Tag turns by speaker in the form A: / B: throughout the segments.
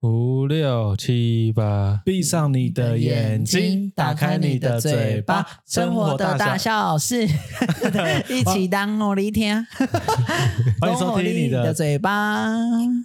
A: 五六七八，
B: 闭上你的眼睛，打开你的嘴巴，生活的大小。
C: 小事， 一起当我的天，
B: 欢迎收听你
C: 的
B: 的，
C: 嘴巴。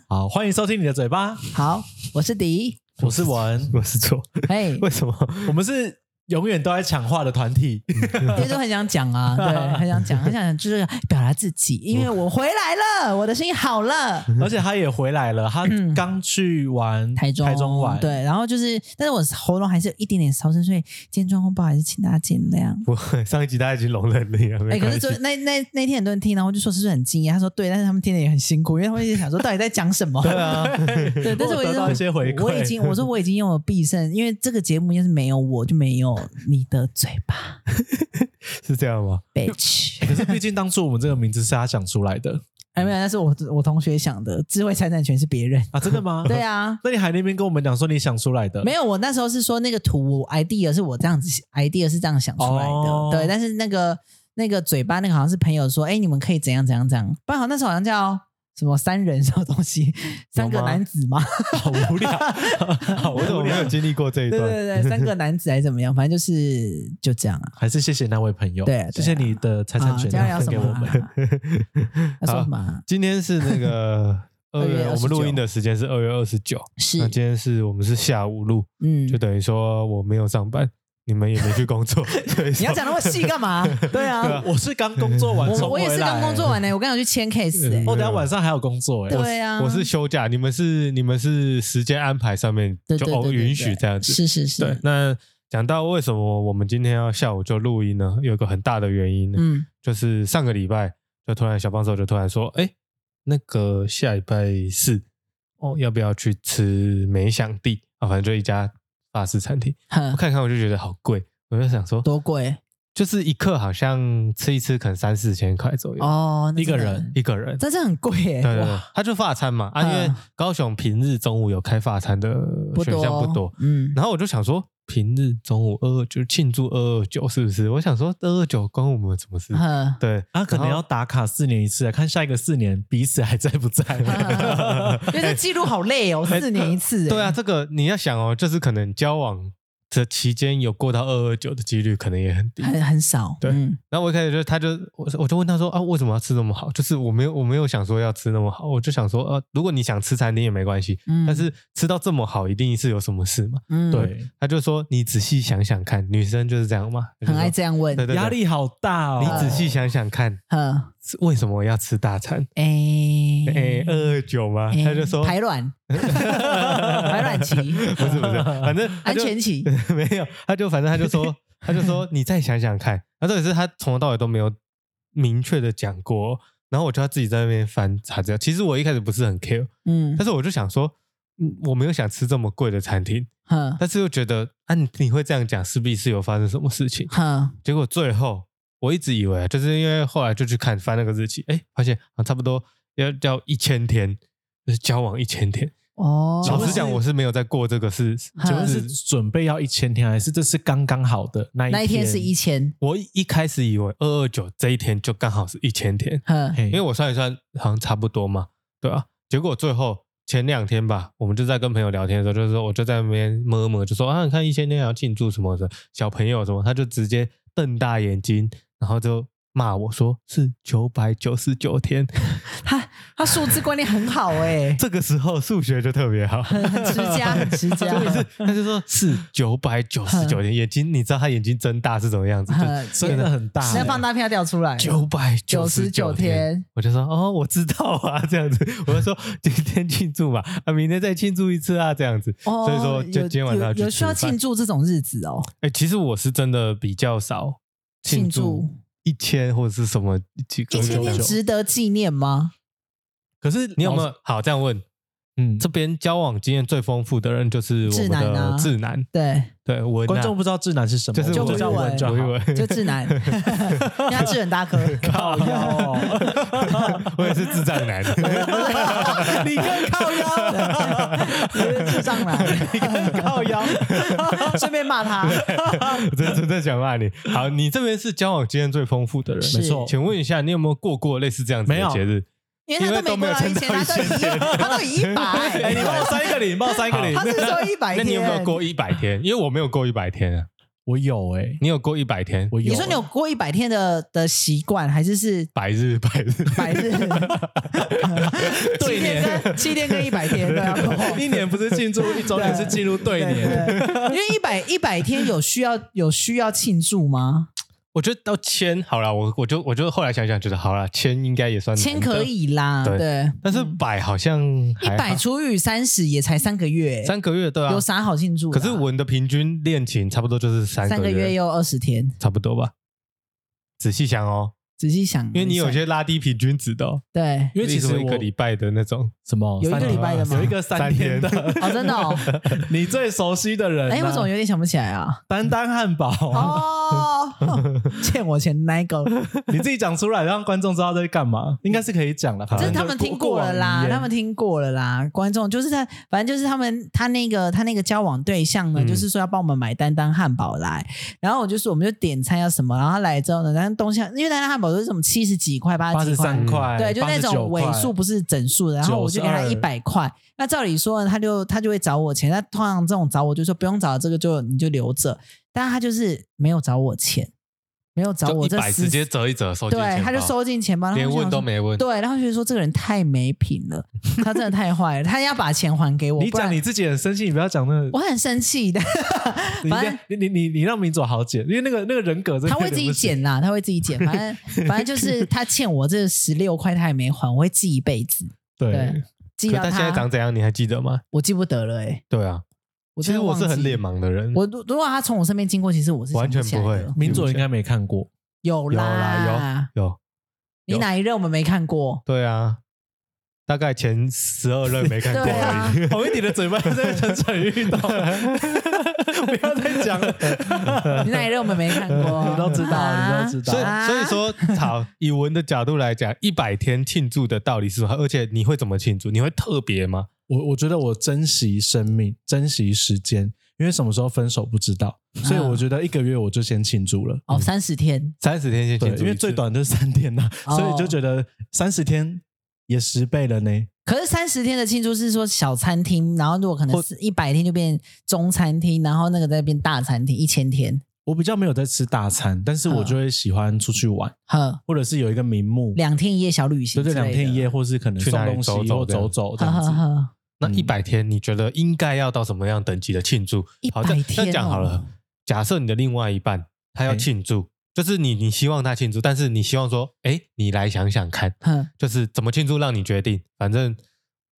B: 好，欢迎收听你的嘴巴，
C: 好，我是迪，
B: 我是文，
A: 我是错，
C: 嘿，
A: 为什么？
B: 我们是永远都在抢话的 团体。
C: 其实都很想讲 啊，对，很想讲，很想就是表达自己，因为我回来了，我的心好了。
B: 而且他也回来了，他刚去玩
C: 台中，
B: 台中玩，
C: 对，然后就是，但是我喉咙还是有一点点烧声，所以今天状况不好，还是请大家见谅。
A: 我 上一集大家已经容忍你了，
C: 哎、
A: 没
C: 可
A: 关
C: 是
A: 系
C: 昨。那那那天很多人听，然后就说是不是很惊讶？他说对，但是他们听的也很辛苦，因为他们一直想说到底在讲什么。对啊， 对，但是
B: 我
C: 我
B: 得
C: 一直
B: 到一些回馈
C: 我已经我说我已经用了必胜，因为这个节目要是没有我就没有你的嘴巴
A: 是这样吗？
C: ，bitch。
B: 可是毕竟当初我们这个名字是他想出来的
C: 哎，没有，那是我我同学想的，智慧财产权是 别人。
B: 啊，真的吗？
C: 对。啊，
B: 那你还那边跟我们讲说你想出来的，
C: 没有，我那时候是说那个图我 idea 是我这样子 idea 是这样想出来的，
B: 哦
C: 对，但是那个那个嘴巴那个好像是朋友说，哎，你们可以怎样怎样怎样，不然好像那时候好像叫什么三人什么东西，三个男子吗？
B: 好无聊，好无
A: 我怎么没
B: 聊
A: 有。经历过这一
C: 对
A: 段？
C: 对对，三 个男子还是怎么样，反正就是就这样啊。
B: 还是谢谢那位朋友，
C: 对啊对啊
B: 谢谢你的财产
C: 啊，
B: 权
C: 今天要
B: 分
C: 什
B: 给
C: 么
B: 我们。
C: 啊？ 要说什么啊？
A: 今天是那 个二
C: 二
A: 月，
C: 月
A: 我们录音的时间是二月二十九。
C: 是
A: 那今天是我们是下午录，
C: 嗯
A: 就，等于说我没有上班，你们也没去工 作，所以
C: 你
A: 说
C: 要讲那么细干 嘛？对啊，
B: 我是刚工作完，
C: 我我也是刚工作，完呢，我刚有去签 case 哎
A: 嗯，
B: 我等一下晚上还有工作哎。
C: 对啊，
A: 我是休假，你们是你们是时间安排上面
C: 对
A: 就
C: 对对
A: 偶
C: 对
A: 允
C: 对
A: 许这样子。
C: 是是是，
A: 对，那讲到为什么我们今天要下午就录音呢？有一个很大的原因，
C: 嗯。
A: 就是上个礼拜就突然小帮手就突然说，哎，那个下礼拜四哦，要不要去吃梅香地啊？反正就一家法式餐厅，我
C: 哼，
A: 看看我就觉得好贵，我就想说，
C: 多贵
A: 就是一克好像吃一吃可能三四千块左右，
C: 哦，那
B: 一个
C: 真的
B: 人，
A: 一个人。
C: 但是很贵耶，
A: 对对对
C: 哇，
A: 他就法餐嘛啊，因为
C: 嗯
A: 高雄平日中午有开法餐的
C: 不
A: 选
C: 多
A: 项不多，
C: 嗯，
A: 然后我就想说，平日中午二二就是庆祝二二九，是不是？我想说二二九关我们什么 事？
C: 哼
A: 对
B: 啊，可能要打卡四年一次，看下一个四年彼此还在 不在。
C: 因为这记录好累哦，四年一次，
A: 哎对啊，，这个你要想哦，就是可能交往的期间有过到二二九的几率可能也 很低。
C: 很很少，
A: 对
C: 嗯
A: 然后我一开始就他就我我就问他说啊，为什么要吃那么好？就是我没有我没有想说要吃那么好，我就想说呃、如果你想吃餐厅也没关系，
C: 嗯，
A: 但是吃到这么好一定是有什么事嘛？
C: 嗯，
B: 对，
A: 他就说你仔细想想看，女生就是这样嘛，
C: 很爱
A: 就
C: 这样问
A: 是说，对对对
B: 压力好大哦。
A: 你仔细想想看，
C: 哼，
A: 是为什么要吃大餐？
C: 哎
A: 哎，二二九吗？
C: 哎
A: 他就说
C: 排 卵，排卵期，
A: 不是不是，反 正他
C: 安
A: 就
C: 全期，
A: 没有，他就反正他就说他就说你再想想看。那这也是他从头到尾都没有明确的讲过，然后我就要自己在那边翻查资料。其实我一开始不是很 care，
C: 嗯
A: 但，是我就想说，嗯我没有想吃这么贵的餐厅，
C: 哼
A: 但是又觉得啊你你会这样讲，势必是有发生什么事情。
C: 哼，
A: 结果最后我一直以为啊，就是因为后来就去看翻那个日期，哎，发现啊差不多要要一千天，就是交往一千天。
C: 哦，
B: 请
A: 老
B: 问
A: 实讲，我是没有在过这个事，
C: 哈
B: 请问是准备要一千天，还是这是刚刚好的那一
C: 那一天是一千，
A: 我一开始以为二二九这一天就刚好是一千天，
C: 哼，
B: 嘿
A: 因为我算一算好像差不多嘛，对啊。结果最后前两天吧，我们就在跟朋友聊天的时候，就是说我就在那边摸摸，就说啊，你看一千天还要庆祝什么的，小朋友什么，他就直接瞪大眼睛，然后就骂我说是九百九十九天。
C: 他他数字观念很好哎，
A: 这个时候数学就特别好，
C: 很很持家，很持家，
A: 重点是他就说是九百九十九天，眼睛你知道他眼睛睁大是什么样子， 就
C: 哼
B: 真的很大欸
C: 那放大片要掉出来，
A: 九百九十九
C: 99
A: 天
C: 天，
A: 我就说哦，我知道啊，这样子， 我就说今天庆祝嘛，啊，明天再庆祝一次啊，这样子。
C: 哦，
A: 所以说，就
C: 有
A: 今天晚上
C: 有
A: 去
C: 有需要
A: 吃饭
C: 庆。祝这种日子哦，
A: 哎、其实我是真的比较少
C: 庆
A: 祝
C: 祝
A: 一千或者是什么几个
C: 一千天
A: 九
C: 值得纪念吗？
A: 可是你有没有好这样问？
B: 嗯，
A: 这边交往经验最丰富的人就是我们
C: 智男
A: 的
C: 啊
A: 智男，
C: 对，
A: 对文啊
B: 观众不知道智男是什么，
A: 就是
B: 我
A: 我
C: 就
B: 们叫
C: 文
B: 文就
A: 我以
B: 好。
A: 为
C: 就智男， 因为他智很 大颗，
B: 靠 腰，
A: 哦我也是智障男，
B: 你更靠腰，
C: 对智障男，
B: 你更靠腰，
C: 顺便骂他，
A: 我真真的想骂你。好，你这边是交往经验最丰富的人，
C: 是没错
A: 请问一下，你有没有过过类似这样子
B: 哦没
A: 的
B: 有
A: 节日？
C: 因为他
A: 因为都
C: 都
A: 没
C: 没
A: 有
C: 过到一千，
A: 撑到
C: 他都
A: 一
C: 一
A: 千
C: 他都一
B: 哎，你
C: 百，
B: 冒三个零，冒三个零
A: 好
C: 他，是说一百
A: 那
C: 天，
A: 你有没有？过一百天？因为我没有过一百天啊，
B: 我有哎，
A: 你有过一百天？
B: 我有。
C: 你说你有过一百天的的习惯，还是是
A: 百日百日，
C: 百日？
B: 对
C: 七天
B: 年，
C: 跟七天跟一百天对啊，
B: 一年不是进入一周年，是进入对年。
C: 对因为一百一百天有需要有需要庆祝吗？
A: 我觉得到千好了，我我就我就后来想想，觉得好了，千应该也算
C: 签
A: 难得
C: 可，以啦，
A: 对
C: 对，
A: 但是百好像
C: 一
A: 还好
C: 百除以三十也才三个月，
A: 三个月对啊
C: 有，啥好庆祝的
A: 可
C: 啊？
A: 是我的平均恋情差不多就是三
C: 三
A: 个
C: 个月
A: 月，
C: 又二十天，
A: 差不多吧。仔细想哦，
C: 仔细想，
A: 因为你有些拉低平均值的哦，
C: 对
B: 因为其
A: 例
B: 实
A: 如一个
B: 我
A: 礼拜的那种，
B: 什么
C: 有一
B: 三
C: 个礼拜的吗
B: 有一个三天的，
C: 哦，真的哦，
B: 你最熟悉的人啊，
C: 哎，我怎么有点想不起来啊？
B: 丹丹汉堡，
C: 哦，欠我钱那一个，
B: 你自己讲出来，让观众知道在干嘛，应该是可以讲了。反
C: 这
B: 正
C: 是他
B: 就
C: 们
B: 过
C: 听过了
B: 往
C: 啦
B: 一，言
C: 他们听过了啦。观众就是他，反正就是他们他那个他那个交往对象呢，
A: 嗯
C: 就是说要帮我们买丹丹汉堡来，然后我就说我们就点餐要什么，然后他来之后呢，但东西因为丹丹汉堡都是什么七十几块、八
B: 八
C: 十
B: 十
C: 几块
B: 三。
A: 哎
B: 块，
C: 对，就那种
B: 89
C: 尾数
B: 块
C: 不是整数的，然后我就给他
B: 92
C: 一百块。那照理说呢，他就他就会找我钱，那通常这种找我就说不用找了这个就你就留着，但他就是没有找我钱，没有找
A: 就
C: 我
A: 一
C: 这
A: 百
C: 十
A: 直接折一折收进钱
C: 对，
A: 包
C: 他就收进钱包，然后
A: 连
C: 我
A: 问
C: 想
A: 都
C: 说
A: 没问。
C: 对，然后就说这个人太没品了，他真的太坏了，他要把钱还给我。
B: 你
C: 不然
B: 讲你自己很生气，你不要讲那个
C: 我很生气的，
B: 你
C: 反
B: 让
C: 正
B: 你你你你让明佐好剪，因为那个那个人格真的
C: 他会自己剪啦，他会自己剪，反正反正就是他欠我这十六块，他也没还，我会记一辈子，
B: 对
C: 对记
A: 可
C: 到
A: 他现在长怎样，你还记得吗？
C: 我记不得了哎、欸，
A: 对啊，
C: 我
A: 其
C: 真
A: 实
C: 的
A: 我是
C: 忘
A: 很
C: 记
A: 脸。盲的
B: 嗯
A: 人，
C: 我如如果他从我身边经过，其实我是
A: 完
C: 想
A: 全
C: 起来
A: 不会
C: 的
B: 明佐应该没看 过，
C: 有
A: 有
C: 啦
A: 啦，有有，
C: 你哪一任我们没看 过？
A: 对啊，大概前十二任没看过
C: 对啊
A: 而已。
B: 红一你的嘴巴在蠢蠢欲 动，不要再讲了。
C: 你哪一任我们没看过？
B: 你都知道
C: 啊
B: 你都知道
A: 所以，
C: 啊
A: 所以说，好，以文的角度来讲，一百天庆祝的道理是什么？而且你会怎么庆祝？你会特别吗？
B: 我我觉得我珍惜生命，珍惜时间，因为什么时候分手不知道，所以我觉得一个月我就先庆祝了。
C: 哦，三十天，
A: 三十天先
B: 对
A: 庆，祝，
B: 因为最。短就是三天呐、
C: 哦
B: 所以就觉得三十天也十倍了呢。
C: 可是三十天的庆祝是说小餐厅，然后如果可能
A: 或
C: 是一百天就变中餐厅，然后那个再变大餐厅，一千天，
B: 我比较没有在吃大餐，但是我就会喜欢出去玩，
C: 呵，
B: 或者是有一个名目，
C: 两天一夜小旅行
B: 对
C: 之
B: 对，
C: 类的，
B: 两天一夜，或是可能
A: 去
B: 送
A: 哪里
B: 东西
A: 走走
B: 或
A: 这样
B: 走走这
C: 呵呵
B: 样子。
C: 呵，
A: 那一百天，你觉得应该要到什么样等级的庆祝？好，那
C: 100
A: 那
C: 天
A: 讲好了
C: 哦，
A: 假设你的另外一半他要
B: 哎
A: 庆祝，就是你你希望他庆祝，但是你希望说，哎，你来想想看，
C: 呵，
A: 就是怎么庆祝让你决定，反正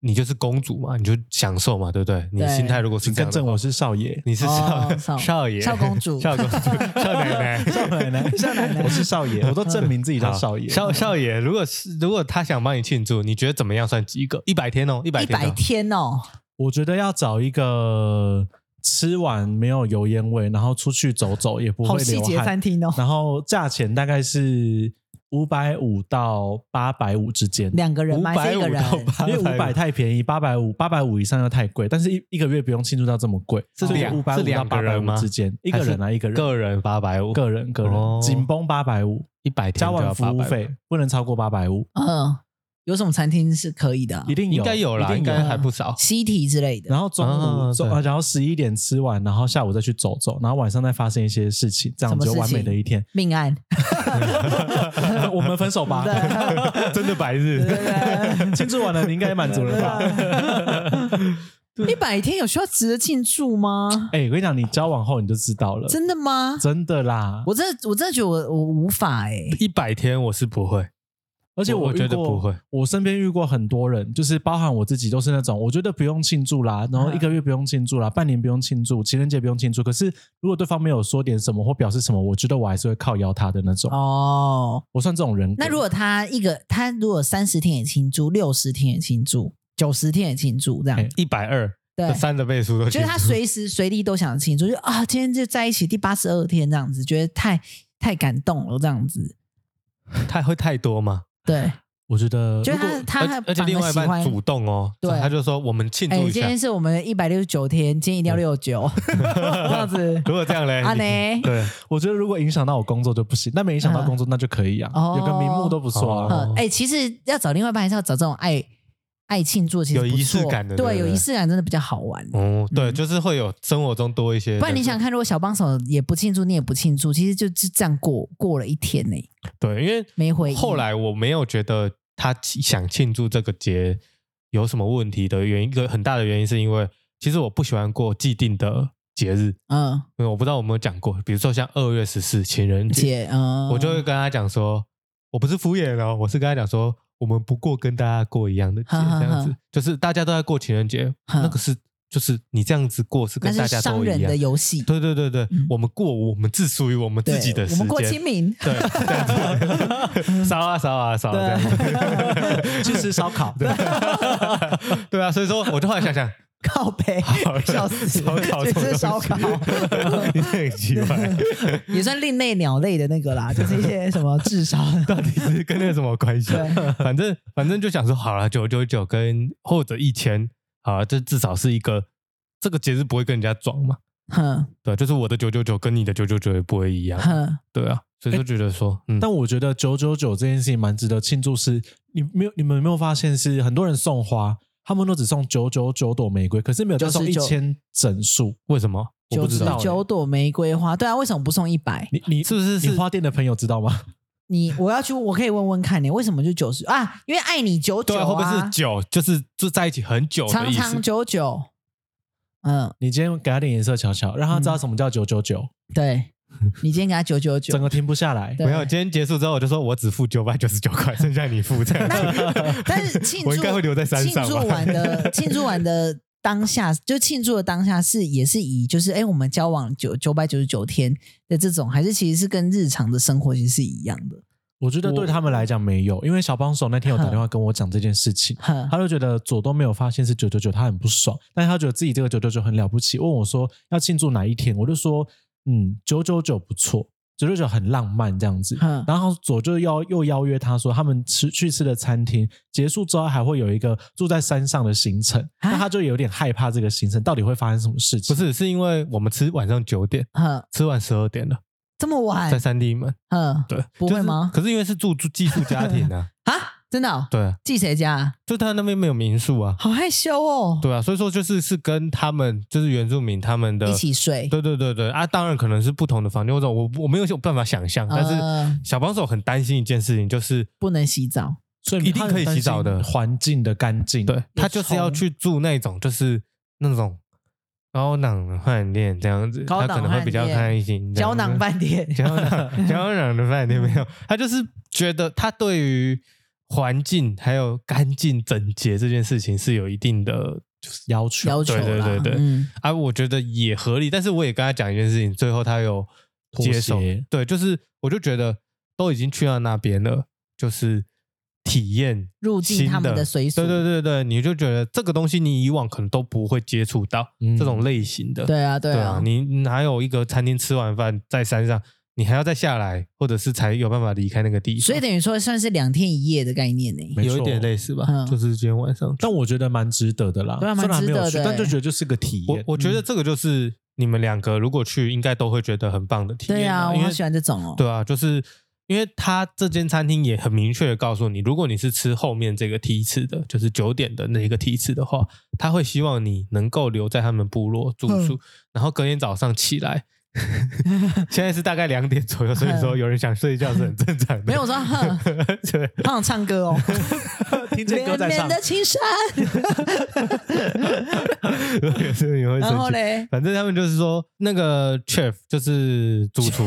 A: 你就是公主嘛，你就享受嘛，对不对？你
C: 对
A: 心态如果是这样
B: 更
A: 的
B: 正
A: 话，
B: 我是少爷，
A: 你是少、
C: 哦少
A: 少爷、
C: 少公主
A: 少 公主、 少奶奶。
B: 少奶 奶，少奶奶，我是少爷，我都证明自己叫少爷。
A: 少少爷，如果是如果他想帮你庆祝，你觉得怎么样算及格？一百天哦，一百
C: 一
A: 天、
C: 百
A: 哦，
C: 天哦，
B: 我觉得要找一个吃完没有油烟味，然后出去走走也不
C: 好
B: 会
C: 细
B: 流
C: 节餐
B: 汗，
C: 厅哦，
B: 然后价钱大概是五百五到八百五之间。
C: 两个人
A: 五
C: 吗？还
A: 百
C: 是一
A: 五
C: 个人？
A: 到八
B: 因为
A: 百
B: 五百太便宜，八百五八百五以上又太贵，但是一一个月不用庆祝到这么贵，
A: 是
B: 五
A: 两
B: 百
A: 是
B: 五到
A: 两
B: 八
A: 个
B: 百
A: 人
B: 五
A: 吗？
B: 之间，一个人啊，一个人，
A: 个人八百五，
B: 个人个
A: 哦
B: 人，紧绷八百五，
A: 一百天
B: 加
A: 就
B: 完
A: 要
B: 服务
A: 850
B: 费，不能超过八百五，
C: 嗯，有什么餐厅是可以的啊？
B: 一定
A: 应该有
B: 有
A: 啦，
B: 一
A: 应
B: 定有啊
A: 该还不少。
C: 西体之类的，
B: 然后中
A: 啊
B: 午中，
A: 对
B: 然后十一点吃完，然后下午再去走走，然后晚上再发生一些事情，这样
C: 什么
B: 就
C: 事。
B: 完美的一天
C: 命案，
B: 我们分手吧，
A: 真的百日，
B: 庆祝完了，你应该也满足了吧？
A: 啊
C: 一百天有需要值得庆祝吗？
B: 哎，我跟你讲，你交往后你就知道了，
C: 真的
A: 啊
C: 吗？
B: 真的啦。
C: 我真的我真的觉得我我无法哎，
A: 一百天我是不会，
B: 而且
A: 我
B: 我遇
A: 觉得
B: 过
A: 不会，
B: 我身边遇过很多人，就是包含我自己，都是那种我觉得不用庆祝啦，然后
A: 嗯
B: 一个月不用庆祝啦，半年不用庆祝，情人节不用庆祝。可是如果对方没有说点什么或表示什么，我觉得我还是会靠邀他的那种。
C: 哦，
B: 我算这种人格。
C: 那如果他一个他如果三十天也庆祝，六十天也庆祝，九十天也庆祝这样，
B: 哎
A: 一百二，
C: 对
A: 这三的倍数都
C: 就是他
A: 庆祝
C: 随时 随地都想庆祝，就啊，今天就在一起第八十二天这样子，觉得太太感动了这样子。
A: 太会太多吗？
C: 对，
B: 我觉得
C: 就
A: 如
C: 是
A: 果
C: 他他还
A: 而而且
C: 反
A: 另
C: 而
A: 外一
C: 喜
A: 半
C: 欢
A: 主动哦，
C: 对
A: 他就说我们庆
C: 哎、
A: 祝一
C: 今
A: 下
C: 天。是我们一百六十九天，今天一定要 六九这样子。
A: 如果这样嘞，
C: 啊
A: 你
C: 呢
A: 对，
B: 我觉得如果影响到我工作就不行，那没影响到工作那就可以啊，
C: 哦
B: 有个名目都不错 啊。
A: 嗯哦
C: 嗯，哎、其实要找另外一半还是要找这种爱爱庆祝，其实
A: 有
C: 不
A: 仪式
C: 错
A: 感的对
C: 对，
A: 不
C: 有
A: 对
C: 仪式感真的比较好玩。
A: 哦，对，
C: 嗯
A: 就是会有生活中多一些。
C: 不然你想看，如果小帮手也不庆祝，你也不庆祝，其实就就这样过过了一天呢、
A: 对，因为
C: 没回忆
A: 后来我没有觉得他想庆祝这个节有什么问题的原因，一个很大的原因是因为其实我不喜欢过既定的节日，
C: 嗯，
A: 因为我不知道我有没有讲过，比如说像二月十四情人节，
C: 姐，嗯，
A: 我就会跟他讲说，我不是敷衍哦，我是跟他讲说，我们不过跟大家过一样的节，
C: 哼哼
A: 这样
C: 哼
A: 子，就是大家都在过情人节，
C: 哼
A: 那个是就是你这样子过是
C: 那
A: 跟大
C: 是
A: 家
C: 商
A: 都
C: 人
A: 一样
C: 的。游戏，
A: 对对对对，
C: 嗯
A: 我们过我们自属于我们自己的时
C: 对我
A: 间。
C: 们过清明，
A: 对对 对，烧啊烧啊烧啊这样子。
B: 去吃烧 烤，对，
A: 对啊，所以说我就后来想想，
C: 靠 背
A: 好了，
C: 笑死，
A: 烧烤
C: 这是
A: 什
C: 烧
A: 么
C: 烤嗯
A: 东西，你这很奇 怪，
C: 也算另类鸟类的那个啦，就是一些什么智商，
A: 到底是跟那有什么关系？
C: 对
A: 反正反正就想说好了，九九九跟或者一千，好了，这至少是一个这个节日不会跟人家撞嘛，
C: 哼
A: 对，啊就是我的九九九跟你的九九九也不会一样，
C: 哼，
A: 对啊，所
C: 哎
A: 以就觉得说，嗯，
B: 但我觉得九九九这件事情蛮值得庆祝是，你没有你们有没有发现是很多人送花，他们都只送九九九朵玫瑰，可是没有再送一
C: 99
B: 千整束。
A: 为什么？我
C: 九
A: 不知
C: 十
A: 道欸、
C: 九朵玫瑰花，对啊，为什么不送一百？
B: 你你
A: 是不是是
B: 你花店的朋友知道吗？
C: 你我要去，我可以问问看你为什么就九十啊？因为爱你九九
A: 对啊，会不会
C: 啊
A: 是，久？就是就在一起很久的
C: 长
A: 意思？
C: 长久久，嗯，
B: 你今天给他点颜色瞧瞧，让他知道什么叫九九九，
C: 对，你今天给他九九
B: 整
C: 九，
B: 个停不下来。
C: 对
A: 没有，今天结束之后我就说我只付九百九十九块，剩下你付这 样子。
C: 但是庆祝
A: 我应该会留在山上吧
C: 庆祝完的庆祝完的当下，就庆祝的当下是也是以就是哎、诶我们交往九九百九十九天的这种，还是其实是跟日常的生活其实是一样的。
B: 我觉得对他们来讲没有，因为小帮手那天有打电话跟我讲这件事情，
C: 哼
B: 他就觉得左都没有发现是九九九，他很不爽，但是他觉得自己这个九九九很了不起，问我说要庆祝哪一天，我就说嗯九九九不错，九九九很浪漫这样子。
C: 哼
B: 然后左就邀又邀约他说，他们吃去吃的餐厅结束之后还会有一个住在山上的行程，
C: 啊
B: 那他就有点害怕这个行程到底会发生什么事
A: 不
B: 情。
A: 是，是因为我们吃晚上九点，
C: 哼，
A: 吃完十二点了，
C: 这么
A: 在
C: 晚，
A: 三地门。
C: 哼
A: 对，
C: 哎不会
A: 就是
C: 吗
A: 可是因为是住住寄宿家庭 啊，
C: 啊，真的、哦、
A: 对啊，
C: 寄谁家、啊？
A: 就他那边没有民宿啊，
C: 好害羞哦，
A: 对啊，所以说就是是跟他们就是原住民他们的
C: 一起睡，
A: 对对对对啊，当然可能是不同的房间，或者我我没有办法想象，但
C: 嗯
A: 是小帮手很担心一件事情，就是
C: 不能洗澡。
B: 所以
A: 一定可以洗澡的
B: 他很担心环境的干净。
A: 对他就是要去住那种就是那种高档饭店这样子，
C: 高
A: 他
C: 档
A: 可能会比较
C: 饭店
A: 开心。这样
C: 胶
A: 子
C: 囊饭店，
A: 胶囊胶囊的饭店没 有，他就是觉得他对于环境还有干净整洁这件事情是有一定的
B: 要求，
C: 要求啦，
A: 对对对对
C: 嗯，
A: 啊，我觉得也合理。但是我也跟他讲一件事情，最后他有接受
B: 妥协，
A: 对，就是我就觉得都已经去到那边了，就是体验
C: 入境
A: 新
C: 他们的随俗
A: 对对对对，你就觉得这个东西你以往可能都不会接触到、
B: 嗯
A: 这种类型的，
C: 对啊，对
A: 对
C: 啊
A: 啊，，你哪有一个餐厅吃完饭在山上，你还要再下来，或者是才有办法离开那个地方？
C: 所以等于说算是两天一夜的概念呢、
B: 没
A: 有一
B: 错
A: 点类似吧，
C: 嗯
A: 就是今天晚上去。
B: 但我觉得蛮值得的啦，
C: 对啊蛮
B: 虽然没有
C: 值
B: 去
C: 得的
B: 但就觉得就是个体
A: 我
B: 验。
A: 我觉得这个就是你们两个如果去，应该都会觉得很棒的体验、
C: 对啊，我
A: 因
C: 好
A: 为
C: 喜欢这种哦。
A: 对啊，就是因为他这间餐厅也很明确的告诉你，如果你是吃后面这个梯次的，就是九点的那一个梯次的话，他会希望你能够留在他们部落住宿，
C: 嗯
A: 然后隔天早上起来。 现在是大概两点左右，所以说有人想睡觉是很正常的。
C: 嗯没有我说哼，
A: 对，
C: 好想唱歌 哦，
B: 听见歌
C: 绵
B: 在
C: 绵
B: 唱，
C: 的青山，
A: 有时候你会
C: 然
A: 生
C: 后
A: 气。
C: 嘞，
A: 反正他们就是说，那个 chef 就是主 厨，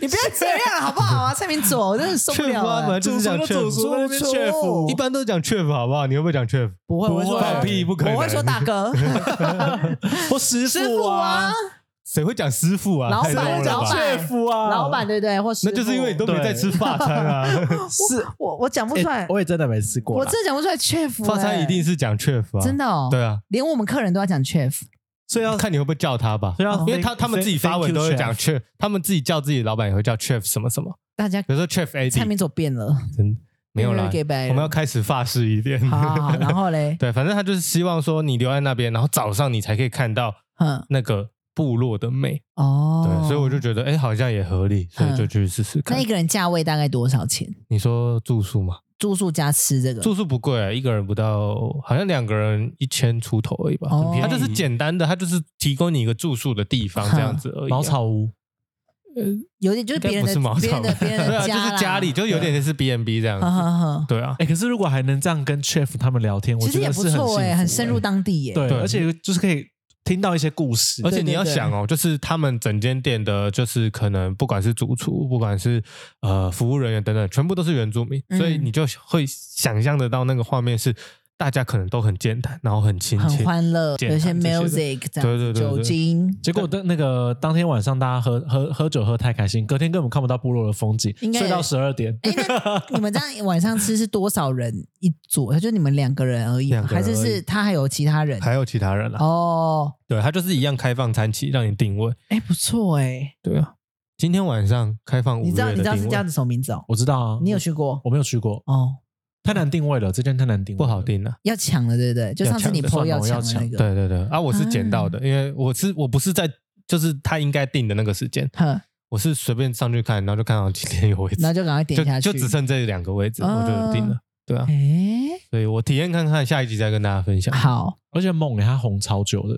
C: 你不要这样了好不好啊？蔡明左，我真的受不
A: chef 啊
C: 了
A: 本来
C: 了。
A: 就是讲
B: 主厨
A: chef，
B: 就主厨在那边
C: 主厨
B: chef
A: 一般都讲 chef 好不好？你会不会讲 chef？
C: 不会，我会 说
A: 放屁不可能
C: 我会说大哥，
B: 我师
C: 师傅
B: 啊
C: 啊，
A: 谁会讲师傅啊？
C: 老
A: 太
C: 板
A: 多了
C: 老
A: 吧
C: 板
B: 切腹啊，
C: 老板对不对？或师
A: 那
C: 傅
A: 就是因为你都没哎在吃法餐 啊，
B: 是。
C: 我我讲不
B: 欸
C: 出来，
B: 我也真的没吃过
C: 我
B: 啦，
C: 真的讲不出来 chef，
A: 法餐
C: 欸
A: 一定是讲 chef 啊，
C: 真
A: 的，
C: 的哦，
A: 对啊，
C: 连我们客人都要讲 chef，
B: 所以要
A: 看你会不会叫他吧，
C: 哦
B: 所以要
A: 因为
B: thank-
A: 他他们自己
B: thank-
A: 发文
B: thank you,
A: 都会讲
B: chef
A: chef，他们自己叫自己老板也会叫 chef 什么什么，
C: 大家
A: 比如说 chef
C: 菜
A: AD，
C: 名走遍了，
A: 真没有啦，
C: 给白，
A: 我们要开始法式一点。
C: 好好好，然后嘞，
A: 对，反正他就是希望说你留在那边，然后早上你才可以看到
C: 嗯，
A: 那个部落的美。
C: 哦，嗯
A: 对，所以我就觉得哎、诶好像也合理，所以就去试试看
C: 那一。个人价位大概多少钱？
A: 你说住宿嘛，
C: 住宿加吃这个，
A: 住宿不贵、啊一个人不到，好像两个人一千出头而已吧。
C: 哦
A: 它就是简单的，它就是提供你一个住宿的地 方这样子而已、啊。
B: 茅草屋，
C: 有点就是
A: 应该
C: 别人
A: 不是茅
C: 的别
A: 草
C: 人
A: 吧，
C: 的别人
A: 对
C: 的
A: 啊，就
C: 家啦嗯
A: 是家里，就有点 类似 B N B 这样
C: 呵
A: 子。
C: 呵呵，
A: 对啊，
B: 哎、可是如果还能这样跟 chef 他们聊天，我
C: 其实
B: 觉
C: 也
B: 得
C: 不
B: 是
C: 错
B: 哎、
C: 哎，很深入当地耶，
B: 对，
A: 欸对
B: 而且就是可以听到一些故事，
A: 而且
C: 对
A: 你
C: 对
A: 要
C: 对
A: 想哦，就是他们整间店的，就是可能不管是主厨，不管是呃服务人员等等，全部都是原住民，
C: 嗯
A: 所以你就会想象得到那个画面是大家可能都很简单，然后很亲
C: 很
A: 切。
C: 欢乐，
A: 健
C: 有一些
A: 康啊这些的
C: music，这样
A: 对对对对
C: 酒精，
B: 结果当那个当天晚上大家喝喝喝酒喝太开心，隔天根本看不到部落的风景，
C: 应该
B: 睡到十二点。
C: 哎，那你们这样晚上吃是多少人一桌？就你们两个人而已吗，
A: 两个
C: 还
A: 人
C: 是
A: 而已
C: 是他还有其他人？
A: 还有其他人啦、
C: 哦，
A: 对他就是一样开放餐期让你定位。
C: 哎，不错哎，
A: 对啊，今天晚上开放哦五
C: 你
A: 月
C: 知道
A: 的
C: 你知道是
A: 定
C: 叫
A: 位，
C: 什么名字哦？
B: 我知道啊，
C: 你有去过
B: 我？我没有去过，
C: 哦，
B: 太难定位了，这间太难定位，
A: 不好。定啊。
C: 要抢了，对不对？就上次你
A: 抢的
C: PO 要
B: 算了
C: 抢的那个，，
A: 对对对，啊，我是捡到的，因为我是我不是在就是他应该定的那个时间，
C: 哼，
A: 我是随便上去看，然后就看到今天有位置，
C: 然后就赶快点下去，
A: 就就只剩这两个位置，
C: 嗯
A: 我就定了。对啊，
C: 哎，
A: 所以我体验看看，下一集再跟大家分享。
C: 好，
B: 而且梦给它红超久的，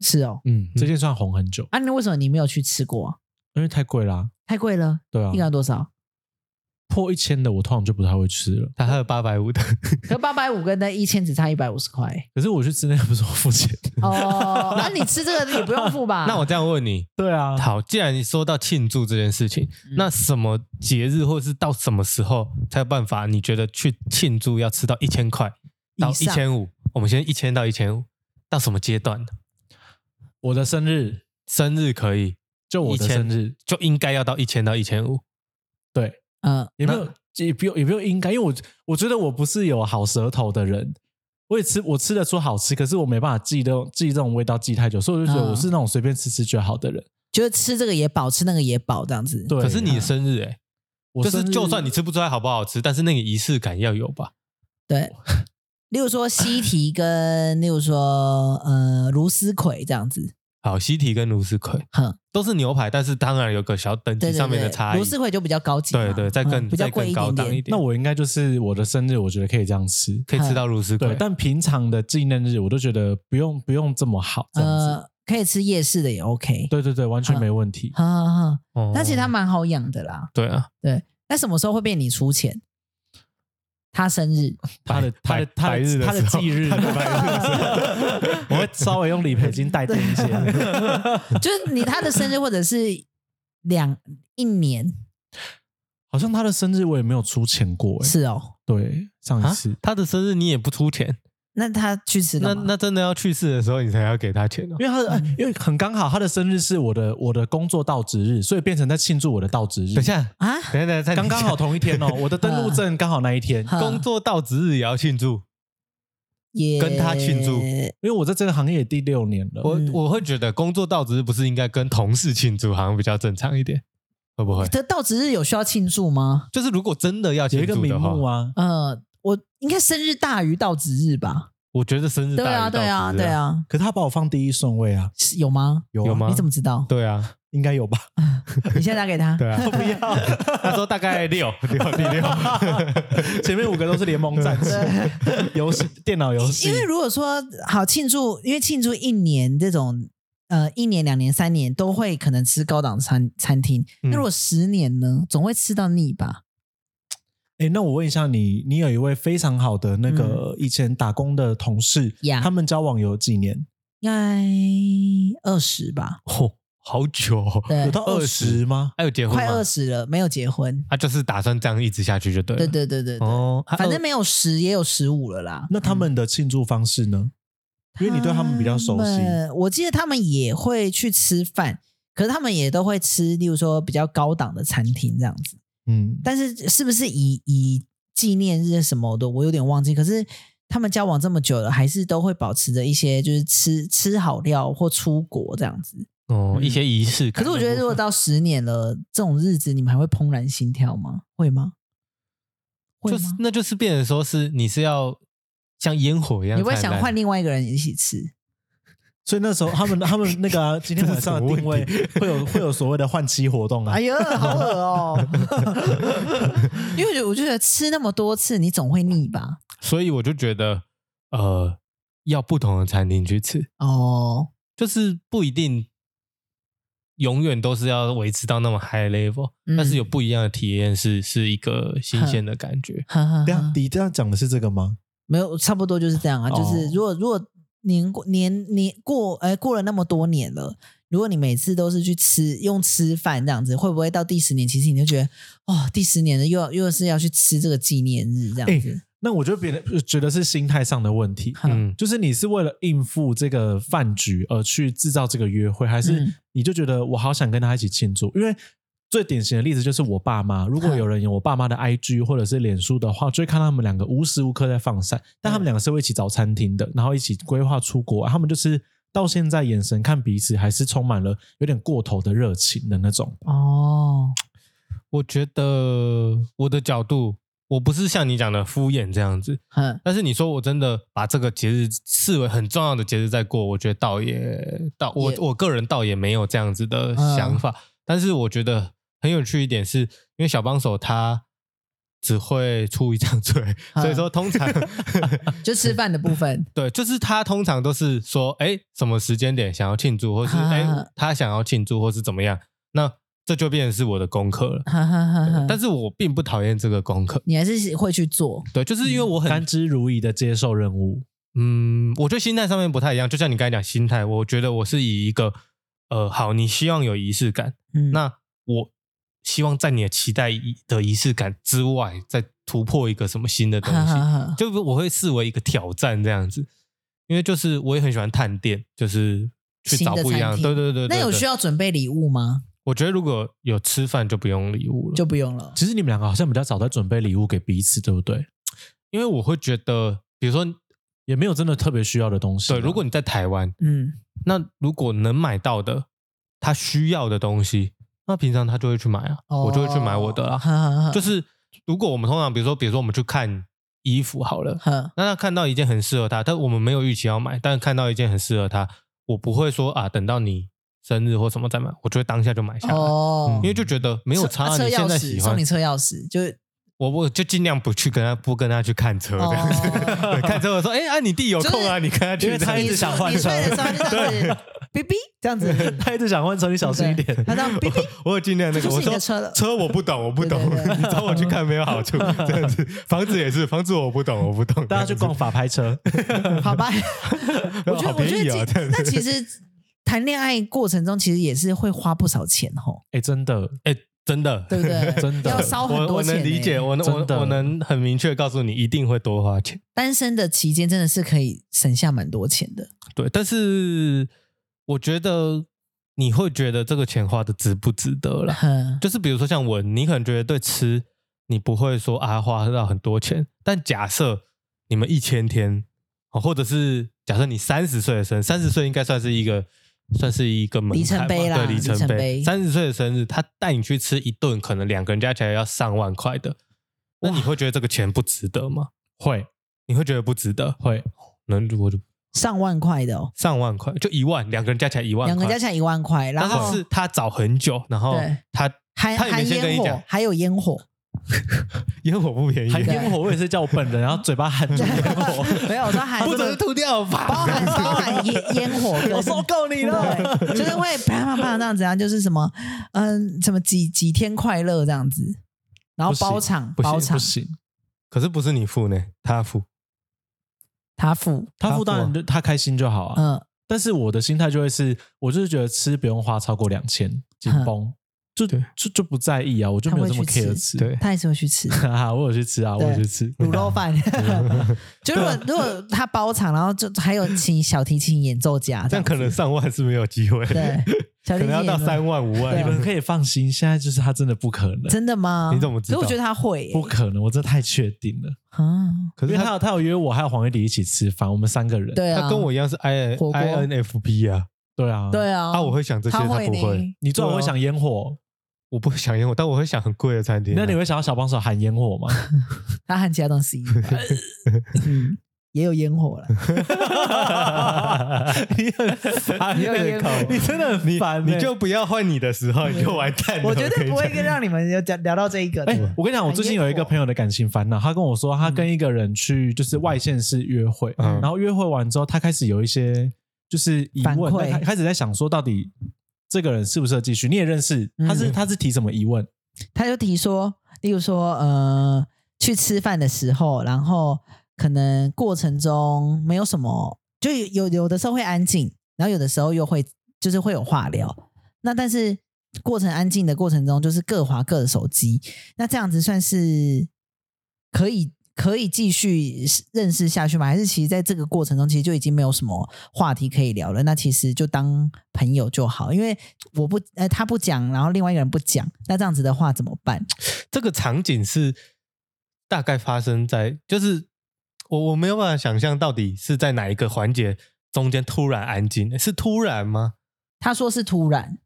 C: 是哦。
B: 嗯，这间算红很久，
C: 啊，那为什么你没有去吃过啊？
B: 因为太贵啦。
C: 太贵了，
B: 对啊
C: 一，个要多少？
B: 破一千的我通常就不太会吃了。
A: 他还有八百五的，
C: 可八百五跟那一千只差一百五十块
B: 可是我去吃那个不是我付钱，
C: 哦。那你吃这个也不用付 吧？
A: 那我这样问你，
B: 对啊，
A: 好，既然你说到庆祝这件事情，
C: 嗯
A: 那什么节日或是到什么时候才有办法？你觉得去庆祝要吃到一千块到
C: 以
A: 一
C: 上
A: 千五？我们先一千到一千五，到什么阶段？
B: 我的生日
A: 生日可以，
B: 就我的
A: 1000
B: 生日，
A: 就应该要到一千到一千五。
B: 对，
C: 嗯，
B: 也没有，也不用，也不用应该，因为我我觉得我不是有好舌头的人，我也吃，我吃得出好吃，可是我没办法记得记这种味道记太久，所以我就觉得
C: 嗯
B: 我是那种随便吃吃就好的人。
C: 就是吃这个也饱，吃那个也饱，这样子。
B: 对，
A: 可是你的生日、欸，哎、
B: 我
A: 就是
B: 生日
A: 就算你吃不出来好不好吃，但是那个仪式感要有吧？
C: 对，例如说西提跟，例如说呃卢斯葵这样子，
A: 好，西提跟卢斯葵
C: 哼，
A: 都是牛排，但是当然有个小等
C: 对
A: 级
C: 对
A: 上面的差
C: 对，
A: 异。
C: 卢斯葵就比较高级嘛，
A: 对对，再更、
C: 嗯比较
A: 再
C: 贵
A: 更
C: 一
A: 高
C: 点
A: 档一
C: 点。
A: 点。
B: 那我应该就是我的生日，我觉得可以这样吃。
A: 可以吃到
C: 嗯
A: 卢斯
B: 对
A: 葵，，
B: 但平常的纪念日，我都觉得不用不用这么好这样子。
C: 呃，可以吃夜市的也 OK。
B: 对对对，完全没问题。
C: 哈哈哈，
A: 哦
C: 但其实它蛮好养的啦。
A: 对啊，
C: 对，那什么时候会变你出钱？他生日，
B: 他的他
A: 白
B: 的他
A: 白日的
B: 的他的
A: 时候
B: 忌日，
A: 他的白日的时
B: 我会稍微用理赔金代垫一些。
C: 就是你他的生日，或者是两一年
B: 好像他的生日我也没有出钱过、欸，
C: 是哦。
B: 对，上一
A: 啊
B: 次，，
A: 他的生日你也不出钱，
C: 那他去吃
A: 那
C: 干嘛
A: 那真的要去世的时候你才要给他钱哦。
C: 嗯
B: 因为他的、哎因为很刚好，他的生日是我的我的工作到职日，所以变成在庆祝我的到职日。
A: 等一，下，
C: 啊？
A: 等一下，等一下，嗯
B: 刚刚好
A: 同
B: 同一天哦， 我的登录证刚好那一天，
C: 哈
A: 工作到值日也要庆祝。
C: 也
A: 跟他庆祝
B: 因为我在这个行业也第六年了。
C: 嗯
A: 我我会觉得工作到值日不是应该跟同事庆祝，好像比较正常一点，会不会？
C: 他到值日有需要庆祝吗？
A: 就是如果真的要
B: 有
A: 庆
B: 一个
A: 祝
B: 名
A: 的话
B: 目，啊，
C: 呃，我应该生日大于到值日吧？
A: 我觉得生日
C: 对
A: 大
C: 啊，
A: 于到
C: 对啊，
A: 值日
C: 对，啊，
B: 可是他把我放第一顺位啊，
C: 是有吗？
B: 有啊
A: 有吗
C: 你怎么知道？
A: 对啊，
B: 应该有吧？
C: 你现在打给 他。
A: 对啊，不要。他说大概 六六第六，
B: 前面五个都是联盟战士，游戏电脑游戏
C: 因，为如果说好庆祝，因为庆祝一年这种，呃，一年、两年、三年都会可能吃高档餐餐厅。
A: 嗯
C: 那如果十年呢，总会吃到腻吧？
B: 哎，那我问一下你，你有一位非常好的那
A: 嗯
B: 个以前打工的同事，
C: 呀
B: 他们交往有几年？
C: 应该二十吧？
A: 哦，好久哦，
C: 对
B: 有，到二十吗？
A: 还有结婚
C: 快二
A: 吗？
C: 十了，没有结婚。
A: 他就是打算这样一直下去就对了。
C: 对对对对对，
A: 哦，他
C: 反正
A: 二
C: 没有十也有十五了啦。
B: 啊那他们的庆祝方式呢？因为你对他们比较熟悉
C: 他们我记得他们也会去吃饭，可是他们也都会吃，例如说比较高档的餐厅这样子。
B: 嗯，
C: 但是是不是以以纪念日什么的，我有点忘记。可是他们交往这么久了，还是都会保持着一些就是吃吃好料或出国这样子。
A: 哦，一些仪式
C: 嗯可
A: 感
C: 是
A: 的部分。
C: 我觉得，如果到十年了，这种日子你们还会怦然心跳吗？会吗？会
A: 就是
C: 吗？
A: 那就是变成说是你是要像烟火一样
C: 你
A: 灿烂，
C: 会想换另外一个人一起 吃？
B: 所以那时候他们他们那个啊、今天晚上的定位
A: 这是
B: 会有会有所谓的换妻活动啊
C: 哎，呀，好恶 哦！因为我就觉得吃那么多次，你总会腻吧？
A: 所以我就觉得，呃，要不同的餐厅去吃，
C: 哦，
A: 就是不一定永远都是要维持到那么 high level，、
C: 嗯
A: 但是有不一样的体验是是一个新鲜的感觉。
C: 呵呵呵
B: 对啊，你这样讲的是这个吗？
C: 没有，差不多就是这样啊。
B: 哦
C: 就是如果如果年过年年过哎、过了那么多年了，如果你每次都是去吃用吃饭这样子，会不会到第十年，其实你就觉得哦，第十年了又要又是要去吃这个纪念日这
A: 哎
C: 样子？
B: 那我觉得别人呃觉得是心态上的问题，
C: 嗯
A: 嗯，
B: 就是你是为了应付这个饭局而去制造这个约会，还
C: 嗯
B: 是你就觉得我好想跟他一起庆祝？因为最典型的例子就是我爸妈，如果有人有我爸妈的 IG 或者是脸书的话，就会看到他们两个无时无刻在放闪，但他们两个是会一起找餐厅的，然后一起规划出国，他们就是到现在眼神看彼此还是充满了有点过头的热情的那种。
C: 哦，
A: 我觉得我的角度，我不是像你讲的敷衍这样子，
C: 哼，
A: 但是你说我真的把这个节日视为很重要的节日在过，我觉得倒也倒我
C: 也
A: 我个人倒也没有这样子的
C: 嗯
A: 想法，但是我觉得很有趣一点是，因为小帮手他只会出一张嘴，
C: 嗯
A: 所以说通 常
C: 就吃饭的部分，
A: 对，就是他通常都是说，哎，什么时间点想要庆祝，或是
C: 嗯
A: 哎
C: 嗯
A: 他想要庆祝，或是怎么样，那这就变成是我的功课了。
C: 哈哈哈哈。
A: 但是我并不讨厌这个功课，
C: 你还是会去做，
A: 对，就是因为哦我很
B: 甘之如饴的接受任务，
A: 嗯，我觉得心态上面不太一样，就像你刚才讲心态，我觉得我是以一个呃，好，你希望有仪式感，
C: 嗯，
A: 那我希望在你的期待以的仪式感之外，再突破一个什么新的东
C: 哈
A: 西，
C: 哈哈
A: 就是我会视为一个挑战这样子，因为就是我也很喜欢探店，就是去找不一样，
C: 新的餐厅
A: 对对对对
C: 那有需
A: 要？
C: 要准备礼物吗？
A: 我觉得如果有吃饭就不用礼物了，
C: 就不用了。
B: 其实你们两个好像比较早在准备礼物给彼此，对不对？
A: 因为我会觉得，比如说，
B: 也没有真的特别需要的东西啊。
A: 对，如果你在台湾，
C: 嗯，
A: 那如果能买到的他需要的东西，那平常他就会去买啊，
C: 哦
A: 我就会去买我的
C: 哈
A: 啊。
C: 哈哈
A: 就是如果我们通常比如说，比如说我们去看衣服好了，
C: 哈
A: 那他看到一件很适合他，但我们没有预期要买，但是看到一件很适合他，我不会说啊，等到你生日或什么再买，我就会当下就买下来，嗯
C: 哦
A: 因，为就觉得没有
C: 车
A: 差
C: 啊
A: 啊，
C: 车
A: 你
C: 钥
A: 现在
C: 匙
A: 喜
C: 送
A: 欢
C: 你，车钥匙，就
A: 我我就尽量不去跟他不跟他去看车这样 子，
C: 哦
A: 对看车我说哎啊你弟有空 啊，你
C: 就是
A: 跟他去这样
B: 因为
A: 子，
B: 他一直想换
C: 你
B: 车
C: 睡的时候就这样子，哔哔这样子，
B: 他一直想换车，你小心一点。
C: 他这样哔哔，
A: 我有尽量那
C: 这
A: 个，
C: 就是
A: 我
C: 你的
A: 说
C: 车了。
A: 车我不懂，我不懂，
C: 对对对
A: 你找我去看没有好 处，这样子。房子也是，房子我不懂，我不懂。
B: 大家去 逛法拍车，
C: 好 吧，我觉得
A: 好
C: 我
A: 便
C: 觉
A: 宜啊
C: 得
A: 这
C: 这
A: 样子
C: 那其实谈恋爱过程中其实也是会花不少钱吼，
B: 哎，真的，
A: 哎、 真的，
C: 对不对？
B: 真的
C: 要 烧很
A: 我
C: 多
A: 我
C: 钱欸。
A: 能理解，我能
B: 真的
A: 我我能很明确告诉你，一定会多花钱。
C: 单身的期间真的是可以省下蛮多钱的。
A: 对，但是我觉得你会觉得这个钱花的值不值得啦。
C: 哼
A: 就是比如说像我，你可能觉得对吃，你不会说啊花到很多钱，但假设你们一千天，哦或者是假设你三十岁的生日，三十岁应该算是一个算是一个门槛
C: 里程碑
A: 吧
C: 啦
A: 对，里
C: 里程
A: 程
C: 碑
A: 碑。三十岁的生日，他带你去吃一顿，可能两个人加起来要上万块的，那你会觉得这个钱不值得吗？
B: 会
A: 你会觉得不值得？哦
B: 会，
A: 能我就
C: 上万块的哦，
A: 上万块，就一万，两个人加起来一万块，
C: 两个加起来一万块，然
A: 但
C: 后
A: 是是他找很久，然后
C: 对
A: 他
C: 还
A: 他也
C: 还
A: 没先跟
C: 烟
A: 你
C: 火
A: 讲，，
C: 还有烟火，
A: 烟火不便宜，啊
B: 还
C: 对
B: 烟火，我也是叫我本人，然后嘴巴含住烟 火，
C: 没有我说还
A: 不准吐掉吧？
C: 包含包含烟烟火跟
B: 我受够你了。
C: 对，就是会啪啪啪这样子啊，就是什么，嗯，什么几几天快乐这样子，然后
B: 不行
C: 包场
B: 不
C: 包
B: 行
C: 场
B: 不，行，
A: 可是不是你付呢，他付。
C: 他付，
B: 他负担就他开心就好啊。
C: 嗯，
B: 但是我的心态就会是，我就是觉得吃不用花超过两千，紧绷，就
A: 对
B: 就就不在意啊，我就没有这
C: 嗯
B: 么
C: 他会去吃
B: care 吃。
A: 对
C: 他也是会 去吃
B: 哈哈，我有去 吃啊，我
C: 对嗯
B: 有去吃
C: 卤肉饭，就如果如果他包场，然后就还有请小提琴演奏家，
A: 但可能上万是没有机会。
C: 对，小
A: 可
C: 姐
A: 能要
C: 姐
A: 到
C: 有没有
A: 三万五
C: 对
A: 万
B: 你。们可以放心，现在就是他真的不可能，
C: 真的吗？
A: 你怎么知道
C: 可是我觉得他会耶、
B: 不可能，我真的太确定了。
C: 啊，
A: 可是
B: 因为
A: 他
B: 他有他有约我还有黄月迪一起吃饭，我们三个人。
C: 对啊，
A: 他跟我一样是 I
C: 火锅
A: INFP 啊，
B: 对啊，
C: 对啊，
A: 啊，我会想这些，
C: 他
A: 他
C: 会
A: 不会
C: 呢。
B: 你最好
A: 对
B: 会
A: 啊
B: 想烟火，
A: 我不会想烟火，但我会想很贵的餐厅啊。
B: 那 你会想要小帮手喊烟火吗？
C: 他和其他东西，嗯，也有烟火了。
B: 你很烦
C: 你有烟口
B: 你真的很
A: 你
B: 烦欸、
A: 欸你就不要换你的时候，你就完蛋了。
C: 我绝
A: 跟
C: 对
A: 你
C: 不会
A: 讲
C: 跟让你们有讲聊到这一个的。
B: 哎、
A: 嗯
B: 我跟你讲，我最近有一个朋友的感情烦恼，他跟我说，他跟一个人去就是外县市约会，
A: 嗯
B: 然后约会完之后，他开始有一些就是疑
C: 反
B: 问，
C: 馈
B: 他开始在想说，到底这个人适不适合继续？你也认识，他是、
C: 嗯
B: 他是提什么疑问？
C: 他就提说，例如说，呃，去吃饭的时候，然后可能过程中没有什么，就有有的时候会安静，然后有的时候又会就是会有话聊。那但是过程安静的过程中，就是各划各的手机，那这样子算是可以。可以继续认识下去吗？还是其实在这个过程中，其实就已经没有什么话题可以聊了？那其实就当朋友就好，因为我不呃他不讲，然后另外一个人不讲，那这样子的话怎么办？
A: 这个场景是大概发生在，就是我我没有办法想象到底是在哪一个环节中间突然安静，是突然吗？
C: 他说是突然，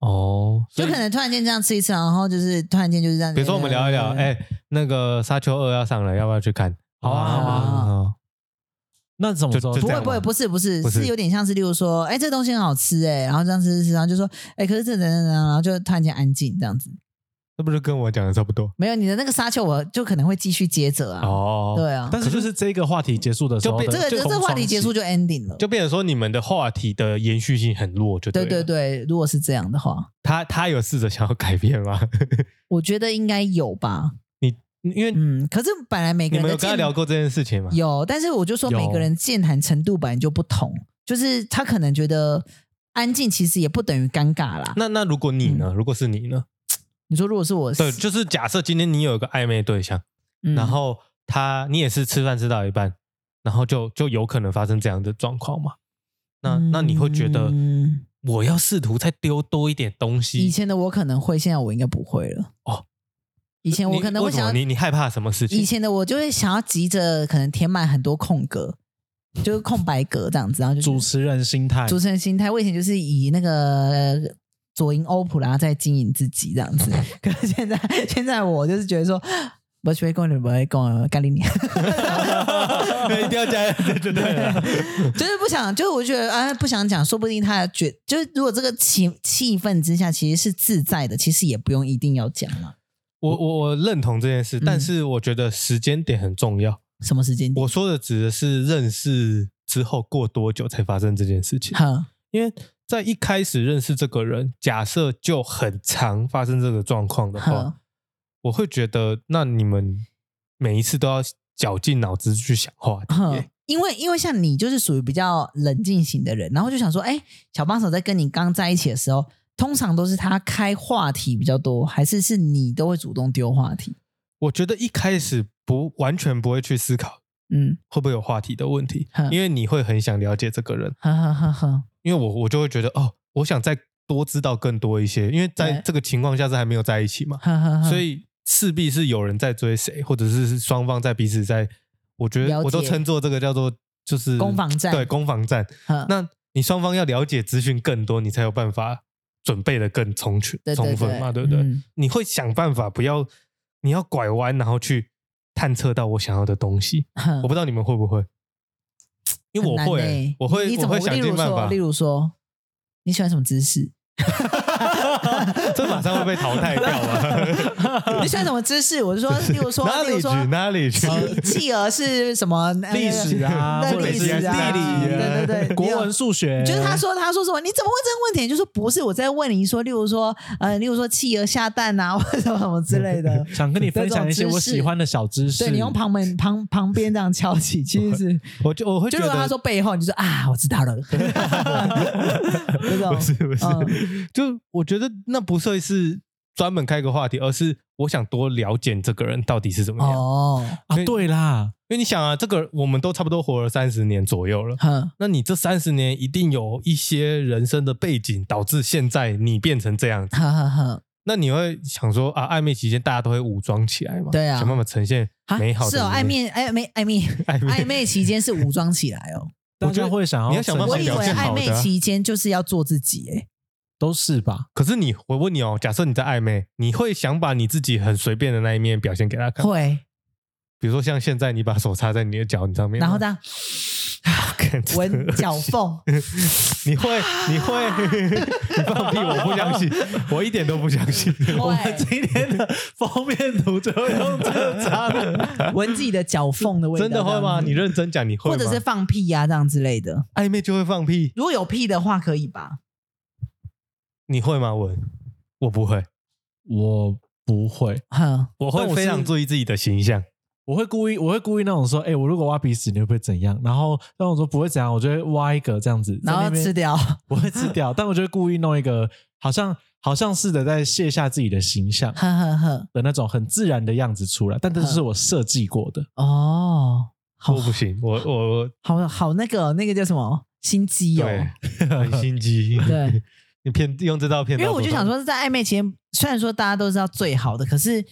A: 哦，
C: 就
A: 所以
C: 可能突然间这样吃一次，然后就是突然间就是这样。
A: 比如说我们聊一聊，
C: 呃
A: 哎、那个《沙丘二》要上了，要不要去看？
B: 好啊
C: 好啊
A: 嗯好
B: 那怎么
A: 就
B: 说？
A: 就这
C: 不会
A: 样
C: 不会
A: 吗
C: 不是不是
A: 不是
C: 是有点像是，例如说，哎、这东西很好吃哎、然后这样吃吃，吃然后就说，哎、可是这等等等，然后就突然间安静这样子。
A: 那不是跟我讲的差不多？
C: 没有你的那个沙丘，我就可能会继续接着啊。
A: 哦，
C: 对啊，
B: 但是就是这个话题结束的时候的
A: 就
C: 这
A: 变
C: 个这
B: 空窗期，
C: 这话题结束就 ending 了。
A: 就变成说你们的话题的延续性很弱，就
C: 对
A: 对啊
C: 对
A: 了。
C: 对，如果是这样的话，
A: 他他有试着想要改变吗？
C: 我觉得应该有吧。
A: 因为
C: 嗯，可是本来每个
A: 你
C: 人
A: 们
C: 的
A: 有跟他
C: 见
A: 聊过这件事情吗？
C: 有，但是我就说
B: 有
C: 每个人健谈程度本来就不同，就是他可能觉得安静其实也不等于尴尬啦。
A: 那那如果你呢？如果是你呢？
C: 你说如嗯果是我，
A: 对，就是假设今天你有一个暧昧对象，
C: 嗯
A: 然后他你也是吃饭吃到一半，然后就就有可能发生这样的状况嘛？那那你会觉得
C: 嗯
A: 我要试图再丢多一点东西？
C: 以前的我可能会，现在我应该不会了。
A: 哦，
C: 以前我可能
A: 你
C: 会
A: 为什么
C: 想要
A: 你你害怕什么事情？
C: 以前的我就会想要急着可能填满很多空格，就是空白格这样子，然后就
B: 主持人心态，
C: 主持人心态。我以前就是以那个左营欧普拉在经营自己这样子，可是现在现在我就是觉得说，不会跟你不会跟咖喱你，
A: 一定要加对对对了，
C: 就是不想，就是我觉得啊不想讲，说不定他觉就是如果这个气气氛之下其实是自在的，其实也不用一定要讲嘛。
A: 我我我认同这件事，
C: 嗯
A: 但是我觉得时间点很重要。
C: 什么时间点？
A: 我说的指的是认识之后过多久才发生这件事情，
C: 哈，
A: 因为在一开始认识这个人，假设就很常发生这个状况的话
C: 哼，
A: 我会觉得那你们每一次都要绞尽脑汁去想话题
C: 哼
A: 耶。
C: 嗯因为因为像你就是属于比较冷静型的人，然后就想说，哎、小帮手在跟你刚在一起的时候，通常都是他开话题比较多，还是是你都会主动丢话题？
A: 我觉得一开始不完全不会去思考
C: 嗯，
A: 会不会有话题的问题
C: 哼，
A: 因为你会很想了解这个人，
C: 哈哈哈哈，
A: 因为我我就会觉得哦，我想再多知道更多一些，因为在
C: 对
A: 这个情况下是还没有在一起嘛，
C: 哈哈哈。
A: 所 以势必是有人在追谁，或者是双方在彼此在，我觉得
C: 了解
A: 我都称作这个叫做就是
C: 攻防战嗯
A: 对攻防战。
C: 哼
A: 那你双方要了解资讯更多，你才有办法准备的更充全
C: 对对
A: 充分嘛，对不对？
C: 嗯
A: 你会想办法不要你要拐弯，然后去探测到我想要的东西。
C: 哼
A: 我不知道你们会不会，因为我
C: 嗯很难
A: 会、
C: 欸
A: 我会
C: 你你
A: 我
C: 怎么
A: 会想
C: 例如
A: 尽办
C: 说，
A: 法
C: 例。如说，你喜欢什么 姿势？
A: 这马上会被淘汰掉 了。
C: 你喜欢什么姿势？我就说，例如说，
A: 哪
C: 例
A: 里举
C: 如说，
A: 哪里举，
C: 企 企鹅是什么？呃
B: 历史 啊，
C: 那
B: 或者
C: 历
B: 是
C: 史啊
B: 地理、
C: 对对对
B: 国文、数学，。
C: 就是他说，他说什么？你怎么问这个问题？你就说不是，我在问你说，例如说，呃，例如说企鹅下蛋啊，或者什么什么之类的
B: 想跟你分享一些我喜欢的小知识。
C: 对你用旁门旁旁边这样敲起，其实是
A: 我就我会
C: 就
A: 觉
C: 如
A: 得
C: 果他说背后，你就说啊，我知道了。那 种
A: 不是不是，
C: 嗯
A: 就我觉得那不算是专门开个话题，而是我想多了解这个人到底是怎么样。
C: 哦，
B: 啊
A: 所以，
B: 对啦，
A: 因为你想啊，这个我们都差不多活了三十年左右了，
C: 哼，
A: 那你这三十年一定有一些人生的背景，导致现在你变成这样子。
C: 呵呵呵，
A: 那你会想说啊，暧昧期间大家都会武装起来嘛？
C: 对啊
A: 想办法呈现
C: 哈
A: 美好的。
C: 是哦，暧，昧暧昧暧昧
A: 暧昧
C: 暧昧期间是武装起来哦，
A: 我
B: 大
A: 觉得
B: 家会想要
A: 你要想办法
C: 我
B: 呈
C: 以
B: 现
A: 表
C: 为
A: 现
C: 暧
A: 好的啊
C: 昧期间就是要做自己哎，
B: 都是吧？
A: 可是你，我问你哦，假设你在暧昧，你会想把你自己很随便的那一面表现给他看？
C: 会，
A: 比如说像现在，你把手插在你的脚上面，
C: 然后这样
A: 看这
C: 闻脚缝，
A: 你会，你会， 你放屁！我不相信，我一点都不相信。
B: 我们
C: 会
B: 今天的封面图就用这个渣的，
C: 闻自己的脚缝的味道，
A: 真的会吗？
C: 这样子
A: 你认真讲，你会吗？
C: 或者是放屁呀、这样之类的，
A: 暧昧就会放屁，
C: 如果有屁的话可以吧？
A: 你会吗？我我不会，
B: 我不会，
C: 哼，
A: 我
B: 但
A: 会
B: 我
A: 非
B: 是
A: 常注意自己的形象。
B: 我会故意，我会故意那种说，哎、我如果挖鼻屎，你会不会怎样？然后让我说不会怎样，我就会挖一个这样子，
C: 然
B: 在
C: 后
B: 那边
C: 吃，掉，
B: 我会吃掉，但我就会故意弄一个，好像好像试着在卸下自己的形象
C: 呵呵呵，
B: 的那种很自然的样子出来，但这是我设计过的，
C: 哦，好
A: 我不行，我我我
C: 好好那个那个叫什么心机哦，
A: 对，很心机。
C: 对，
A: 你骗用这招骗
C: 因
A: 到多少，
C: 为我就想说是在暧昧期间，虽然说大家都知道最好的，可是。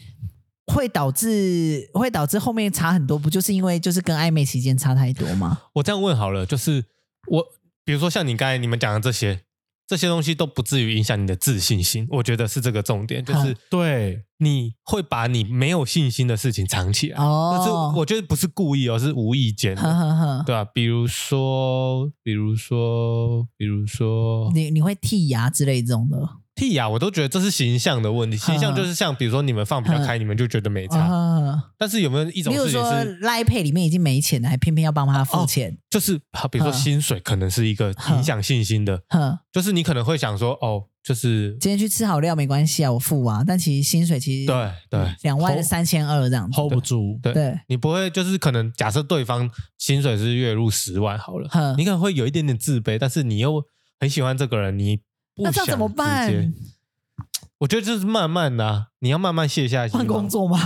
C: 会导致会导致后面差很多，不就是因为就是跟暧昧期间差太多 吗？
A: 我这样问好了，就是我，比如说像你刚才你们讲的这些，这些东西都不至于影响你的自信心，我觉得是这个重点，就是
C: 好
B: 对，
A: 你会把你没有信心的事情藏起来，
C: 哦，
A: 但是我觉得不是故意哦，是无意间
C: 呵
A: 的，
C: 呵呵，
A: 对啊，比如说，比如说，比如说
C: 你你会剔牙之类这种的，
A: 剔牙，我都觉得这是形象的问题，形象就是像比如说你们放比较开，你们就觉得没差，
C: 啊，
A: 但是有没有一种
C: 例如
A: 事情
C: 说
A: 是，
C: 赖配里面已经没钱了，还偏偏要帮他付钱，
A: 就是好比如说
C: 嗯
A: 薪水可能是一个影响信心的，
C: 哼、
A: 就是你可能会想说，哦，就是
C: 今天去吃好料没关系啊，我付啊，但其实薪水其实
A: 对对，
C: 两万三千二这样子，
B: hold 不住，
A: 对
C: 对，
A: 你不会就是可能假设对方薪水是月入十万好了，
C: 哼
A: 你可能会有一点点自卑，但是你又很喜欢这个人，你不
C: 那这
A: 想
C: 样怎么
A: 直
C: 办
A: 接？我觉得就是慢慢的、啊，你要慢慢卸下心
C: 换
A: 防
C: 工，作吗？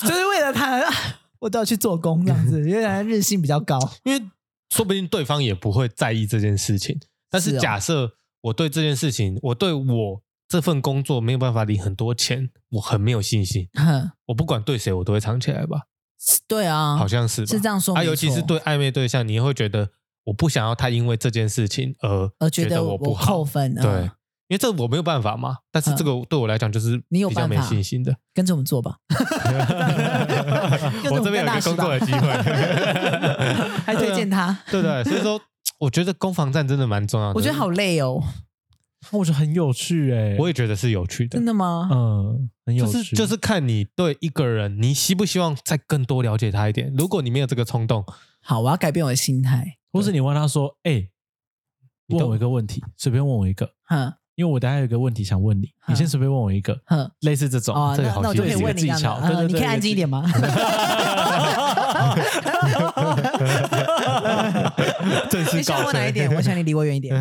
C: 就是为了他，我都要去做工这样 子，因为他日薪比较高，
A: 因为说不定对方也不会在意这件事情。但
C: 是
A: 是
C: 哦
A: 假设我对这件事情，我对我这份工作没有办法领很多钱，我很没有信心。
C: 哼，
A: 我不管对谁，我都会藏起来吧，
C: 对啊，
A: 好像是吧
C: 是这样说没
A: 啊，
C: 错，
A: 尤其是对暧昧对象，你会觉得我不想要他因为这件事情而
C: 呃，觉
A: 觉
C: 得
A: 我
C: 我
A: 不
C: 我
A: 好
C: 扣，分，
A: 对
C: 嗯，
A: 因为这我没有办法嘛。但是这个对我来讲就是
C: 你有
A: 比较
C: 办
A: 没
C: 法
A: 信心 的。
C: 跟着我们做吧，
A: 我这边有一个工作的机会，
C: 还推荐他，
A: 对不对？所以说，我觉得攻防战真的蛮重要的。
C: 我觉得好，累哦，
B: 我觉得很有趣、哎，
A: 我也觉得是有趣的
C: 真。的吗？
B: 嗯，很有
A: 就
B: 趣，
A: 是就是看你对一个人，你希不希望再更多了解他一点。如果你没有这个冲动，
C: 好，我要改变我的心态。
B: 或是你问他说：“哎、
A: 你
B: 问
A: 都
B: 我一个问题，随便问我一个，
C: 哼
B: 因为我等下有一个问题想问你，你先
C: 嗯
B: 随便问我一个，
C: 哼，
B: 类似这种。
C: 哦，
A: 这个
C: 那
A: 好
C: 那我就可以
A: 技巧
C: 问你这样的
B: 这个技巧对
C: 呃
B: 对
C: 你
B: 对
C: 可以安
B: 对
C: 静一点吗？
A: 正
C: 你
A: 是
C: 喜欢
A: 告
C: 我哪一点？ 我想你离我远一点。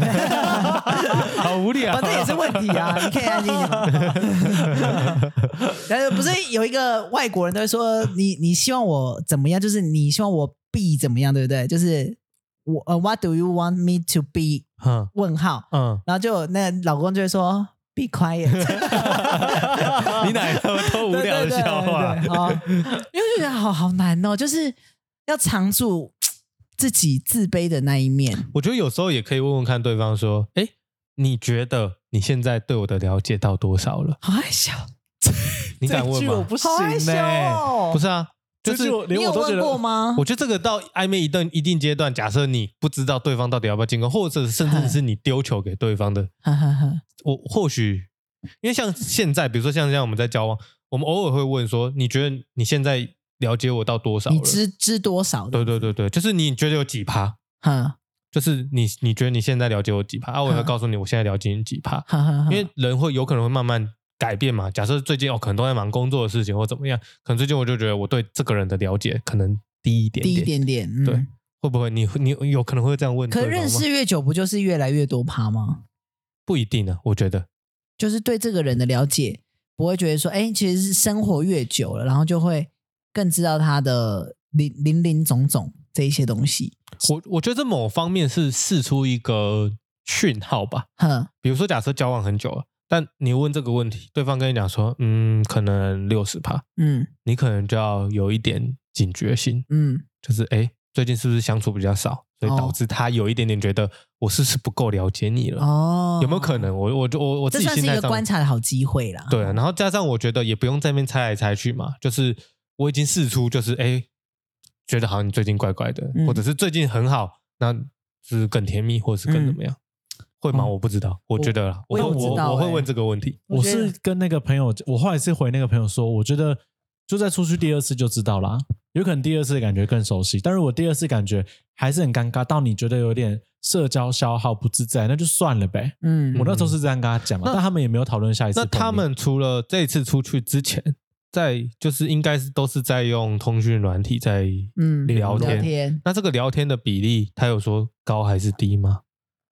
A: 好无聊。
C: 反正也是问题啊，你可以安静一点吗。 但是不是有一个外国人都会说你你希望我怎么样？就是你希望我 be 怎么样，对不对？就是我呃，What do you want me to be？
A: 嗯
C: 问号，
A: 嗯，
C: 然后就有那老公就会说 be quiet。
A: 你哪有多无聊的笑话？
C: 对对对对好 因为我就觉得好好难哦，就是要藏住自己自卑的那一面。
A: 我觉得有时候也可以问问看对方说：“哎，你觉得你现在对我的了解到多少了
C: 好害羞，？”
A: 你敢问
B: 这句我
A: 吗？
B: 不行
C: 好害羞
B: 呢、
C: 哦！
A: 不是，啊，就
B: 这句
A: 是
B: 我
C: 欸你
B: 连
C: 有
B: 我都觉
C: 问过
B: 得，
C: 吗？
A: 我觉得这个到暧昧一段一定阶段，假设你不知道对方到底要不要进攻，或者甚至是
C: 嗯
A: 你丢球给对方的，
C: 哈哈哈，
A: 我或许因为像现在，比如说像这样我们在交往，我们偶尔会问说：“你觉得你现在了解我到多少了
C: 你？”知知多少的？
A: 对对对对，就是你觉得有几趴？
C: 哈
A: 就是你你觉得你现在了解我几趴啊？我也会
C: 嗯
A: 告诉你我现在了解你几趴，
C: 哈哈哈，
A: 因为人会有可能会慢慢改变嘛。假设最近哦，可能都在忙工作的事情或怎么样，可能最近我就觉得我对这个人的了解可能低一点
C: 低一
A: 点，
C: 点点，嗯
A: 对。会不会你你有可能会这样问对
C: 可
A: 方吗？
C: 认识越久，不就是越来越多趴吗？
A: 不一定呢、啊，我觉得
C: 就是对这个人的了解，不会觉得说，哎，其实是生活越久了，然后就会更知道他的林林林总总这一些东西。
A: 我我觉得这某方面是试出一个讯号吧。
C: 哼，
A: 比如说，假设交往很久了，但你问这个问题，对方跟你讲说，嗯，可能六十趴，
C: 嗯
A: 你可能就要有一点警觉性，
C: 嗯
A: 就是哎，诶最近是不是相处比较少，所以
C: 哦
A: 导致他有一点点觉得我是不是不够了解你了？
C: 哦，
A: 有没有可？能？我我就我我自
C: 这
A: 己
C: 算
A: 心
C: 是一
A: 态
C: 个
A: 上
C: 观察哦的好机会啦。
A: 对啊，然后加上我觉得也不用在那边猜来猜去嘛，就是我已经试出，就是哎，诶觉得好像你最近怪怪的，
C: 嗯
A: 或者是最近很好，那就是更甜蜜，或者是更怎么样？会吗？
B: 嗯
A: 我不知道，我觉得啦，
C: 嗯哦我
A: 会
C: 也不知
A: 我
C: 道
A: 我会
C: 欸
A: 问这个问题。
B: 我
C: 我觉得
B: 是跟那个朋友，我后来是回那个朋友说，我觉得就在出去第二次就知道啦，有可能第二次感觉更熟悉，但是我第二次感觉还是很尴尬，到你觉得有点社交消耗不自在，那就算了呗。
C: 嗯
B: 我那时候是这样跟他讲嘛，
A: 那
B: 但他们也没有讨论下一次
A: 那
B: 碰面。
A: 他们除了这次出去之前，在就是应该是都是在用通讯软体在
C: 嗯
A: 聊
C: 聊
A: 天。
C: 天
A: 那这个聊天的比例，他有说高还是低吗？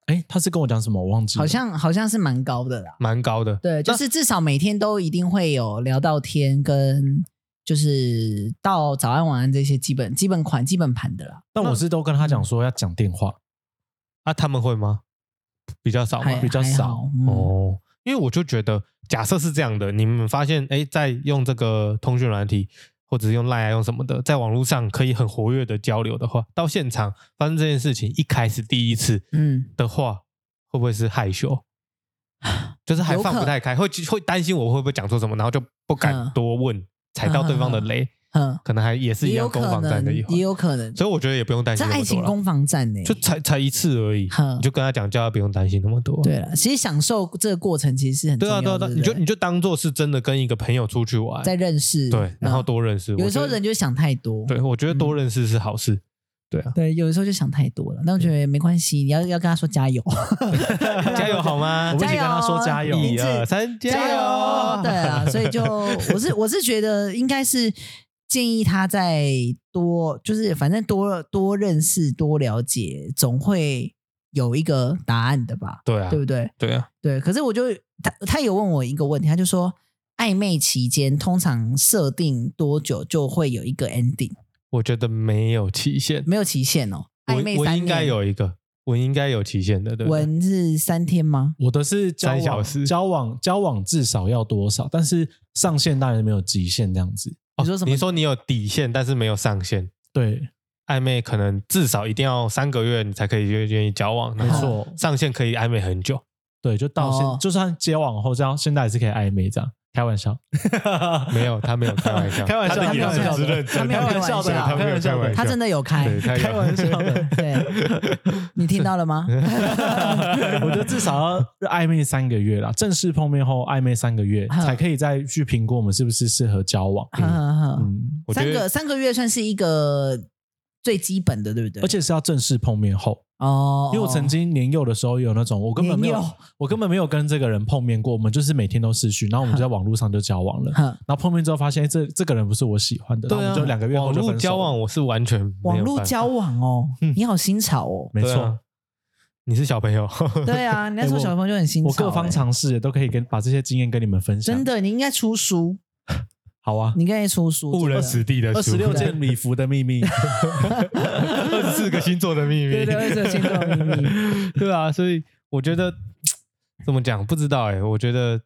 B: 哎，他是跟我讲什么，我忘记了。
C: 好像好像是蛮高的啦。
A: 蛮高的。
C: 对，就是至少每天都一定会有聊到天跟。就是到早安晚安这些基本基本款基本盘的啦，
B: 但我是都跟他
A: 嗯
B: 讲说要讲电话，
A: 啊，他们会吗？比较少
C: 还
A: 吗？
B: 比较
C: 还
B: 少
C: 好嗯
A: 哦，因为我就觉得，假设是这样的，你们发现哎，在用这个通讯软体，或者是用 Line 啊用什么的，在网络上可以很活跃的交流的话，到现场发生这件事情，一开始第一次
C: 嗯，
A: 的话，会不会是害羞？就是还
C: 有
A: 放不
C: 可
A: 太开，会会担心我会不会讲错什么，然后就不敢
C: 嗯
A: 多问，踩到对方的雷，
C: 嗯，
A: 可能还也是一
C: 也有
A: 样攻
C: 可
A: 防战的
C: 能，
A: 一环
C: 也。有可能，
A: 所以我觉得也不用担
C: 这
A: 心那
C: 爱
A: 么
C: 情
A: 多了，
C: 攻防战呢、欸
A: 就才才一次而已，
C: 哼
A: 你就跟他讲，叫他不用担心那么多。
C: 对了，其实享受这个过程其实是很重
A: 对啊，
C: 要
A: 对啊，
C: 的，
A: 对啊，
C: 对
A: 你
C: 不
A: 就
C: 对
A: 你就当做是真的跟一个朋友出去玩，
C: 在认识，
A: 对，然后
C: 嗯
A: 多认识。
C: 有
A: 我
C: 时候
A: 觉得
C: 人就想太多，
A: 对，我觉得多认识是好事。对啊，
C: 对，有的时候就想太多了，但我觉得没关系，你要要跟他说 加油，嗯
A: 加油好吗
B: 我？们一起跟他说加油
A: 一
C: 一
A: 二
C: 二
A: 三，
C: 对啊，所以就我是我是觉得应该是建议他再多，就是反正多多认识、多了解，总会有一个答案的吧，
A: 对啊
C: 对，不对？
A: 对啊，
C: 对，可是我就他他有问我一个问题，他就说暧昧期间通常设定多久就会有一个 ending，
A: 我觉得没有期限，
C: 没有期限哦。
A: 我
C: 暧昧
A: 我
C: 三
A: 应该
C: 年，
A: 有一个，我应该有期限的，对不对？
C: 文是三天吗？
B: 我的是交
A: 三小
B: 往
A: 时
B: 交往交往至少要多少，但是上限当然没有极限这样子。
A: 哦
C: 你说什么
A: 你说你有底线，但是没有上限。
B: 对，
A: 暧昧可能至少一定要三个月，你才可以愿愿意交往。
B: 没
A: 然后
B: 错，
A: 上限可以暧昧很久。
B: 对，就到现、
C: 哦
B: 就算交往后这样，现在也是可以暧昧这样。开玩笑，
A: 没有，他没有 开玩笑，
B: 开玩笑
A: 他的
C: 他没
A: 眼
C: 有
A: 神
C: 开玩
A: 是
C: 笑
A: 认真的，
C: 他没有开玩笑的
A: 他没有开玩笑，
C: 他真的有开，。
A: 对他有
B: 开玩笑 的嗯
C: 对，你听到了吗？
B: 我觉得至少要暧昧三个月啦，正式碰面后暧昧三个月，
C: 嗯
B: 才可以再去评估我们是不是适合交往。
C: 呵呵呵
B: 嗯，
A: 我觉
C: 三
A: 得
C: 个三个月算是一个最基本的，对不对？
B: 而且是要正式碰面后，
C: 哦，
B: 因为我曾经年幼的时候有那种，我根本没有
C: 年幼，
B: 我根本没有跟这个人碰面过，我们就是每天都视讯，然后我们就在网络上就交往了，
C: 哼
B: 然后碰面之后发现，哎这这个人不是我喜欢的，然后我
C: 啊
B: 们就两个月
A: 啊
B: 后
A: 网
B: 就
A: 络
B: 分手了
A: 交往，我是完全没有
C: 网
A: 办
C: 络
A: 法
C: 交往哦，你好新潮 哦。
B: 没
A: 对啊
B: 错，
A: 你是小朋友，
C: 对啊，你那时候
B: 哎我
C: 小朋友就很新潮
B: 我
C: 欸，
B: 各方啊尝试也都可以跟把这些经验跟你们分享，
C: 真的，你嗯应该出书，
B: 好啊。
C: 你应该出书，
A: 误人子弟的
B: 二十六
A: 件，
B: 件礼服的秘 密，
A: 二十四个星座的秘密，
C: 对对24个星座的 秘
A: 密，对啊，所以我觉得怎么讲不知道哎、我觉得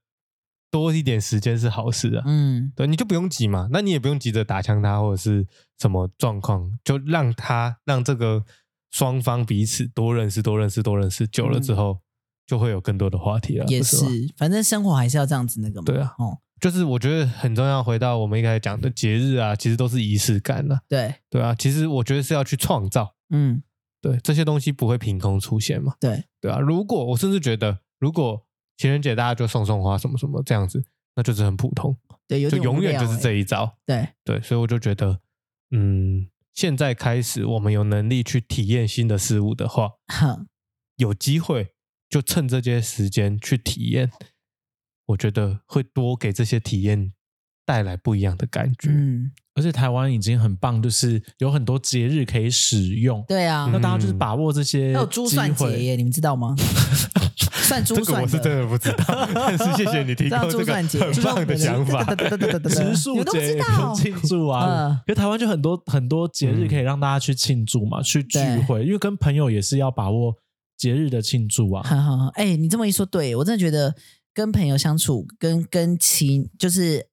A: 多一点时间是好事啊。
C: 嗯，
A: 对，你就不用急嘛，那你也不用急着打枪他或者是什么状况，就让他让这个双方彼此多认识、多认识、多认识，久了之后、就会有更多的话题了，
C: 嗯也
A: 不吗
C: 是，反正生活还是要这样子那个嘛。
A: 对啊
C: 哦，
A: 就是我觉得很重要。回到我们一开始讲的节日啊，其实都是仪式感啊，
C: 对，
A: 对啊，其实我觉得是要去创造，
C: 嗯，
A: 对这些东西不会凭空出现嘛，
C: 对，
A: 对啊。如果我甚至觉得，如果情人节大家就送送花什么什么这样子，那就是很普通，
C: 对，有
A: 就
C: 点
A: 永
C: 无
A: 远
C: 聊
A: 就是
C: 欸
A: 这一招。
C: 对，
A: 对，所以我就觉得，嗯，现在开始我们有能力去体验新的事物的话，
C: 哼，
A: 有机会就趁这些时间去体验，我觉得会多给这些体验带来不一样的感觉。
C: 嗯，
B: 而且台湾已经很棒，就是有很多节日可以使用。
C: 对啊，
B: 嗯那大家就是把握这些
C: 还有珠算
B: 机
C: 节
B: 会
C: 耶，你们 知道吗？算珠
A: 这个
C: 算
A: 我是真的不知道，但是谢谢你 提
C: 知道
A: 供
C: 珠
A: 这个
C: 算节
A: 很棒的想法。
B: 植
C: 你
B: 树
C: 们都不
B: 节
C: 知
B: 也
C: 道
B: 可以庆祝啊，
C: 嗯
B: 因为台湾就很多很多节日可以让大家去庆祝嘛，去聚
C: 对
B: 会，因为跟朋友也是要把握节日的庆祝啊。
C: 好好好，哎、你这么一说，对我真的觉得跟朋友相处，跟跟其就是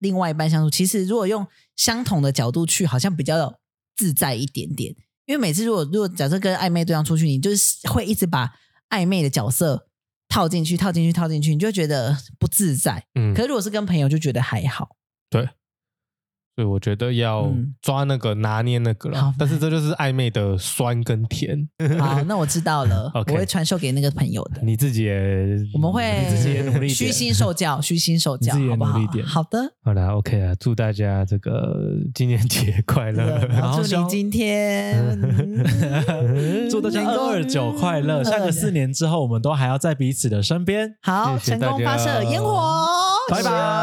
C: 另外一半相处，其实如果用相同的角度去，好像比较自在一点点。因为每次如果如果假设跟暧昧对象出去，你就是会一直把暧昧的角色套进去、套进去、套进去，你就会觉得不自在。
A: 嗯
C: 可，是如果是跟朋友，就觉得还好。
A: 所以我觉得要
C: 嗯
A: 抓那个拿捏那个
C: 好
A: 了，但是这就是暧昧的酸跟甜，
C: 好，那我知道了
A: OK
C: 我会传授给那个朋友的。
A: 你自己也
C: 我们
B: 你自己也努
C: 会
B: 力一点
C: 虚心受 教，虚心受教
B: 你自己，也
C: 好不好
B: 努力一？点
C: 好的。
A: 好啦 o k 啊，祝大家这个纪念节快乐
B: 然
C: 然
B: 后
C: 后祝
B: 希望
C: 你今天 嗯
B: 祝大家
C: 能够
B: 二九快乐！
C: 嗯
B: 下个四年之后，我们都还要在彼此的身边。
C: 好
A: 谢谢
C: 成功
A: 大
C: 发
A: 家
C: 射烟火，
B: 拜拜
C: 谢谢